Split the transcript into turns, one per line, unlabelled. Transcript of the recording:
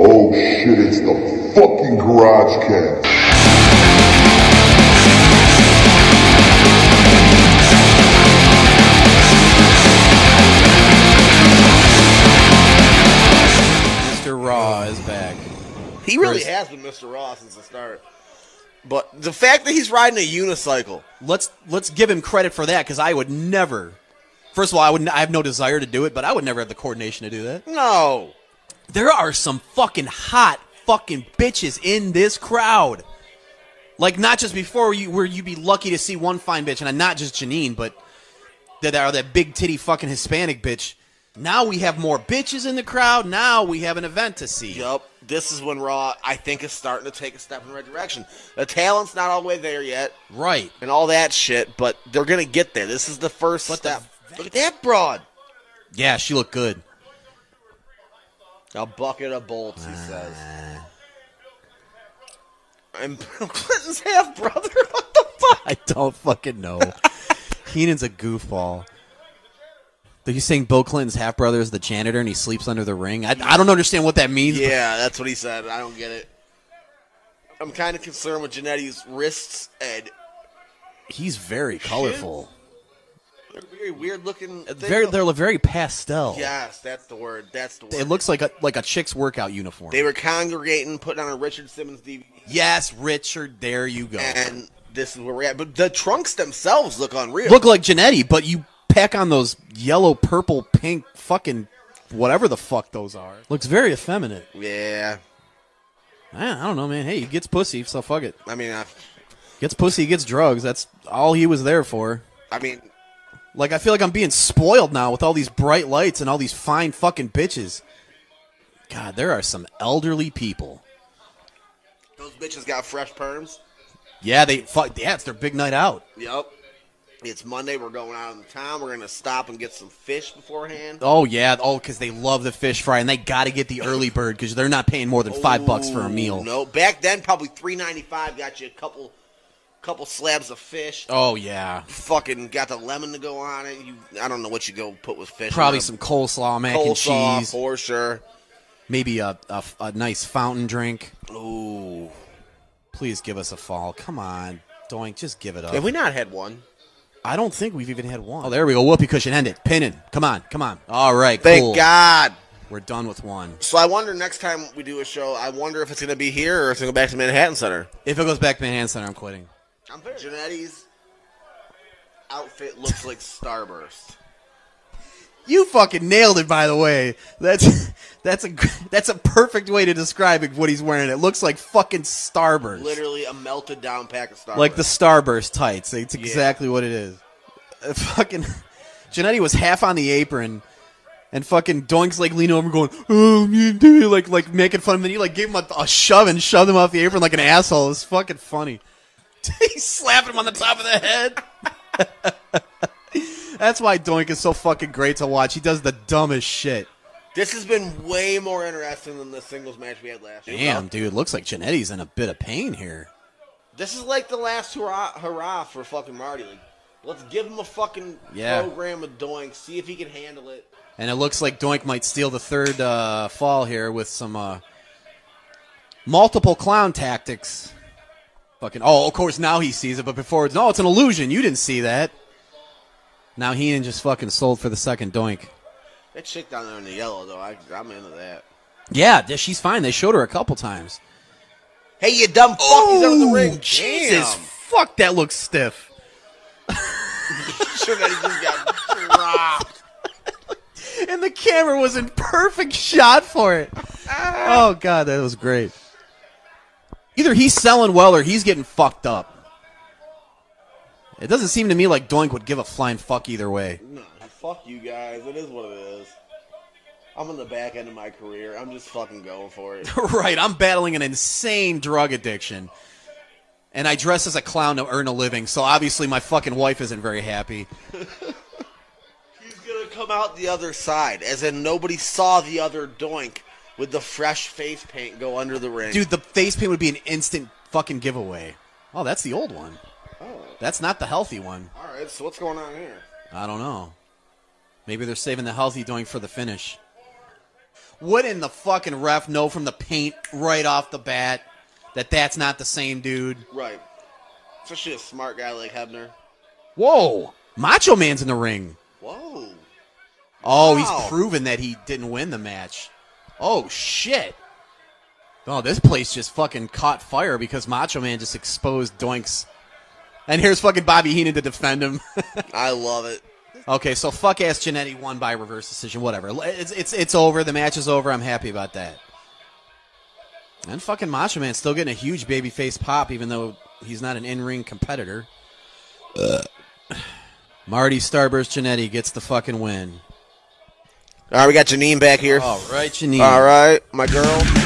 Oh shit, it's the fucking Garage Cat.
Mr. Raw is back.
He really
Chris.
has been Mr. Raw since the start. But the fact that he's riding a unicycle,
Let's let's give him credit for that because I would never. First of all, I would n- I have no desire to do it, but I would never have the coordination to do that.
no.
There are some fucking hot fucking bitches in this crowd. Like not just before you where you'd be lucky to see one fine bitch, and not just Janine, but that are that big titty fucking Hispanic bitch. Now we have more bitches in the crowd. Now we have an event to see.
Yup, this is when Raw, I think, is starting to take a step in the right direction. The talent's not all the way there yet,
Right.
and all that shit, but they're gonna get there. This is the first
But the
step. Look at that broad.
Yeah, she looked good.
A bucket of bolts, he says. And Bill Clinton's half brother. What the fuck?
I don't fucking know. Heenan's a goofball. Are you saying Bill Clinton's half brother is the janitor and he sleeps under the ring? I, I don't understand what that means. but-
Yeah, that's what he said. I don't get it. I'm kind of concerned with Janetti's wrists and
He's very colorful.
They're very weird looking. thing.
Very, they're very pastel.
yes, that's the word. That's the word.
It looks like a like a chick's workout uniform.
they were congregating, putting on a Richard Simmons DVD,
yes, Richard. There you go.
and this is where we're at. But the trunks themselves look unreal.
Look like Janetti, but you pack on those yellow, purple, pink, fucking whatever the fuck those are. Looks very effeminate.
yeah.
I, I don't know, man. Hey, he gets pussy, so fuck it.
I mean, I,
Gets pussy, gets drugs. That's all he was there for.
I mean,
Like I feel like I'm being spoiled now with all these bright lights and all these fine fucking bitches. God, there are some elderly people.
those bitches got fresh perms.
Yeah, they fuck. Yeah, it's their big night out.
Yep. It's Monday. We're going out in town. We're gonna stop and get some fish beforehand.
Oh yeah, oh because they love the fish fry and they got to get the early bird because they're not paying more than five bucks for a
Ooh,
meal.
No, back then probably three ninety five got you a couple, couple slabs of fish.
Oh yeah,
Fucking got the lemon to go on it. You, I don't know what you go put with fish.
probably
Um,
some coleslaw, mac
coleslaw
and cheese,
for sure.
maybe a, a a nice fountain drink.
Ooh,
Please give us a fall. Come on, Doink, just give it up.
have we not had one?
I don't think we've even had one. Oh, there we go. Whoopee cushion, end it. Pinning. Come on, come on. All right,
Thank
cool.
God.
We're done with one.
So I wonder next time we do a show, I wonder if it's gonna be here or if it's gonna go back to Manhattan Center.
If it goes back to Manhattan Center, I'm quitting.
I'm very Janetti's outfit looks like Starburst.
You fucking nailed it, by the way. That's that's a gr- that's a perfect way to describe it, what he's wearing. It looks like fucking Starburst,
Literally a melted down pack of Starburst.
like the Starburst tights. It's exactly what it is. Uh, fucking Janetti was half on the apron, and fucking Doink's like leaning over, going, "Oh, you do," like like making fun of him. And he like gave him a, a shove and shoved him off the apron like an asshole. It was fucking funny. he slapped him on the top of the head. That's why Doink is so fucking great to watch. He does the dumbest shit.
This has been way more interesting than the singles match we had last year.
Damn, dude, looks like Janetti's in a bit of pain here.
This is like the last hurrah, hurrah for fucking Marty. Like, let's give him a fucking
Yeah.
program of doing, see if he can handle it.
And it looks like Doink might steal the third uh, fall here with some uh, multiple clown tactics. Fucking oh, of course now he sees it, but before it's no, it's an illusion. You didn't see that. Now Heenan just fucking sold for the second Doink.
That chick down there in the yellow, though, I, I'm into that.
Yeah, th- she's fine. They showed her a couple times.
Hey, you dumb fuck! he's out of the ring.
Jesus,
Damn.
fuck that looks stiff.
sure that he just got dropped.
And the camera was in perfect shot for it. Oh god, that was great. Either he's selling well or he's getting fucked up. It doesn't seem to me like Doink would give a flying fuck either way.
No, fuck you guys. It is what it is. I'm on the back end of my career. I'm just fucking going for it.
right, I'm battling an insane drug addiction. And I dress as a clown to earn a living, so obviously my fucking wife isn't very happy.
He's gonna come out the other side, as in nobody saw the other doink with the fresh face paint go under the ring.
Dude, the face paint would be an instant fucking giveaway. Oh, that's the old one. That's not the healthy one.
all right. So what's going on here?
I don't know. Maybe they're saving the healthy doing for the finish. Wouldn't the fucking ref know from the paint right off the bat that that's not the same dude?
Right. Especially a smart guy like Hebner.
Whoa, Macho Man's in the ring.
Whoa.
Oh,
Wow.
he's proven that he didn't win the match. Oh shit. Oh, this place just fucking caught fire because Macho Man just exposed Doinks. And here's fucking Bobby Heenan to defend him.
I love it.
okay, so fuck ass Janetti won by reverse decision. Whatever. It's, it's it's over. The match is over. I'm happy about that. And fucking Macho Man still getting a huge babyface pop, even though he's not an in-ring competitor. Marty Starburst Janetti gets the fucking win.
All right, we got Janine back here.
All right, Janine.
All right, my girl.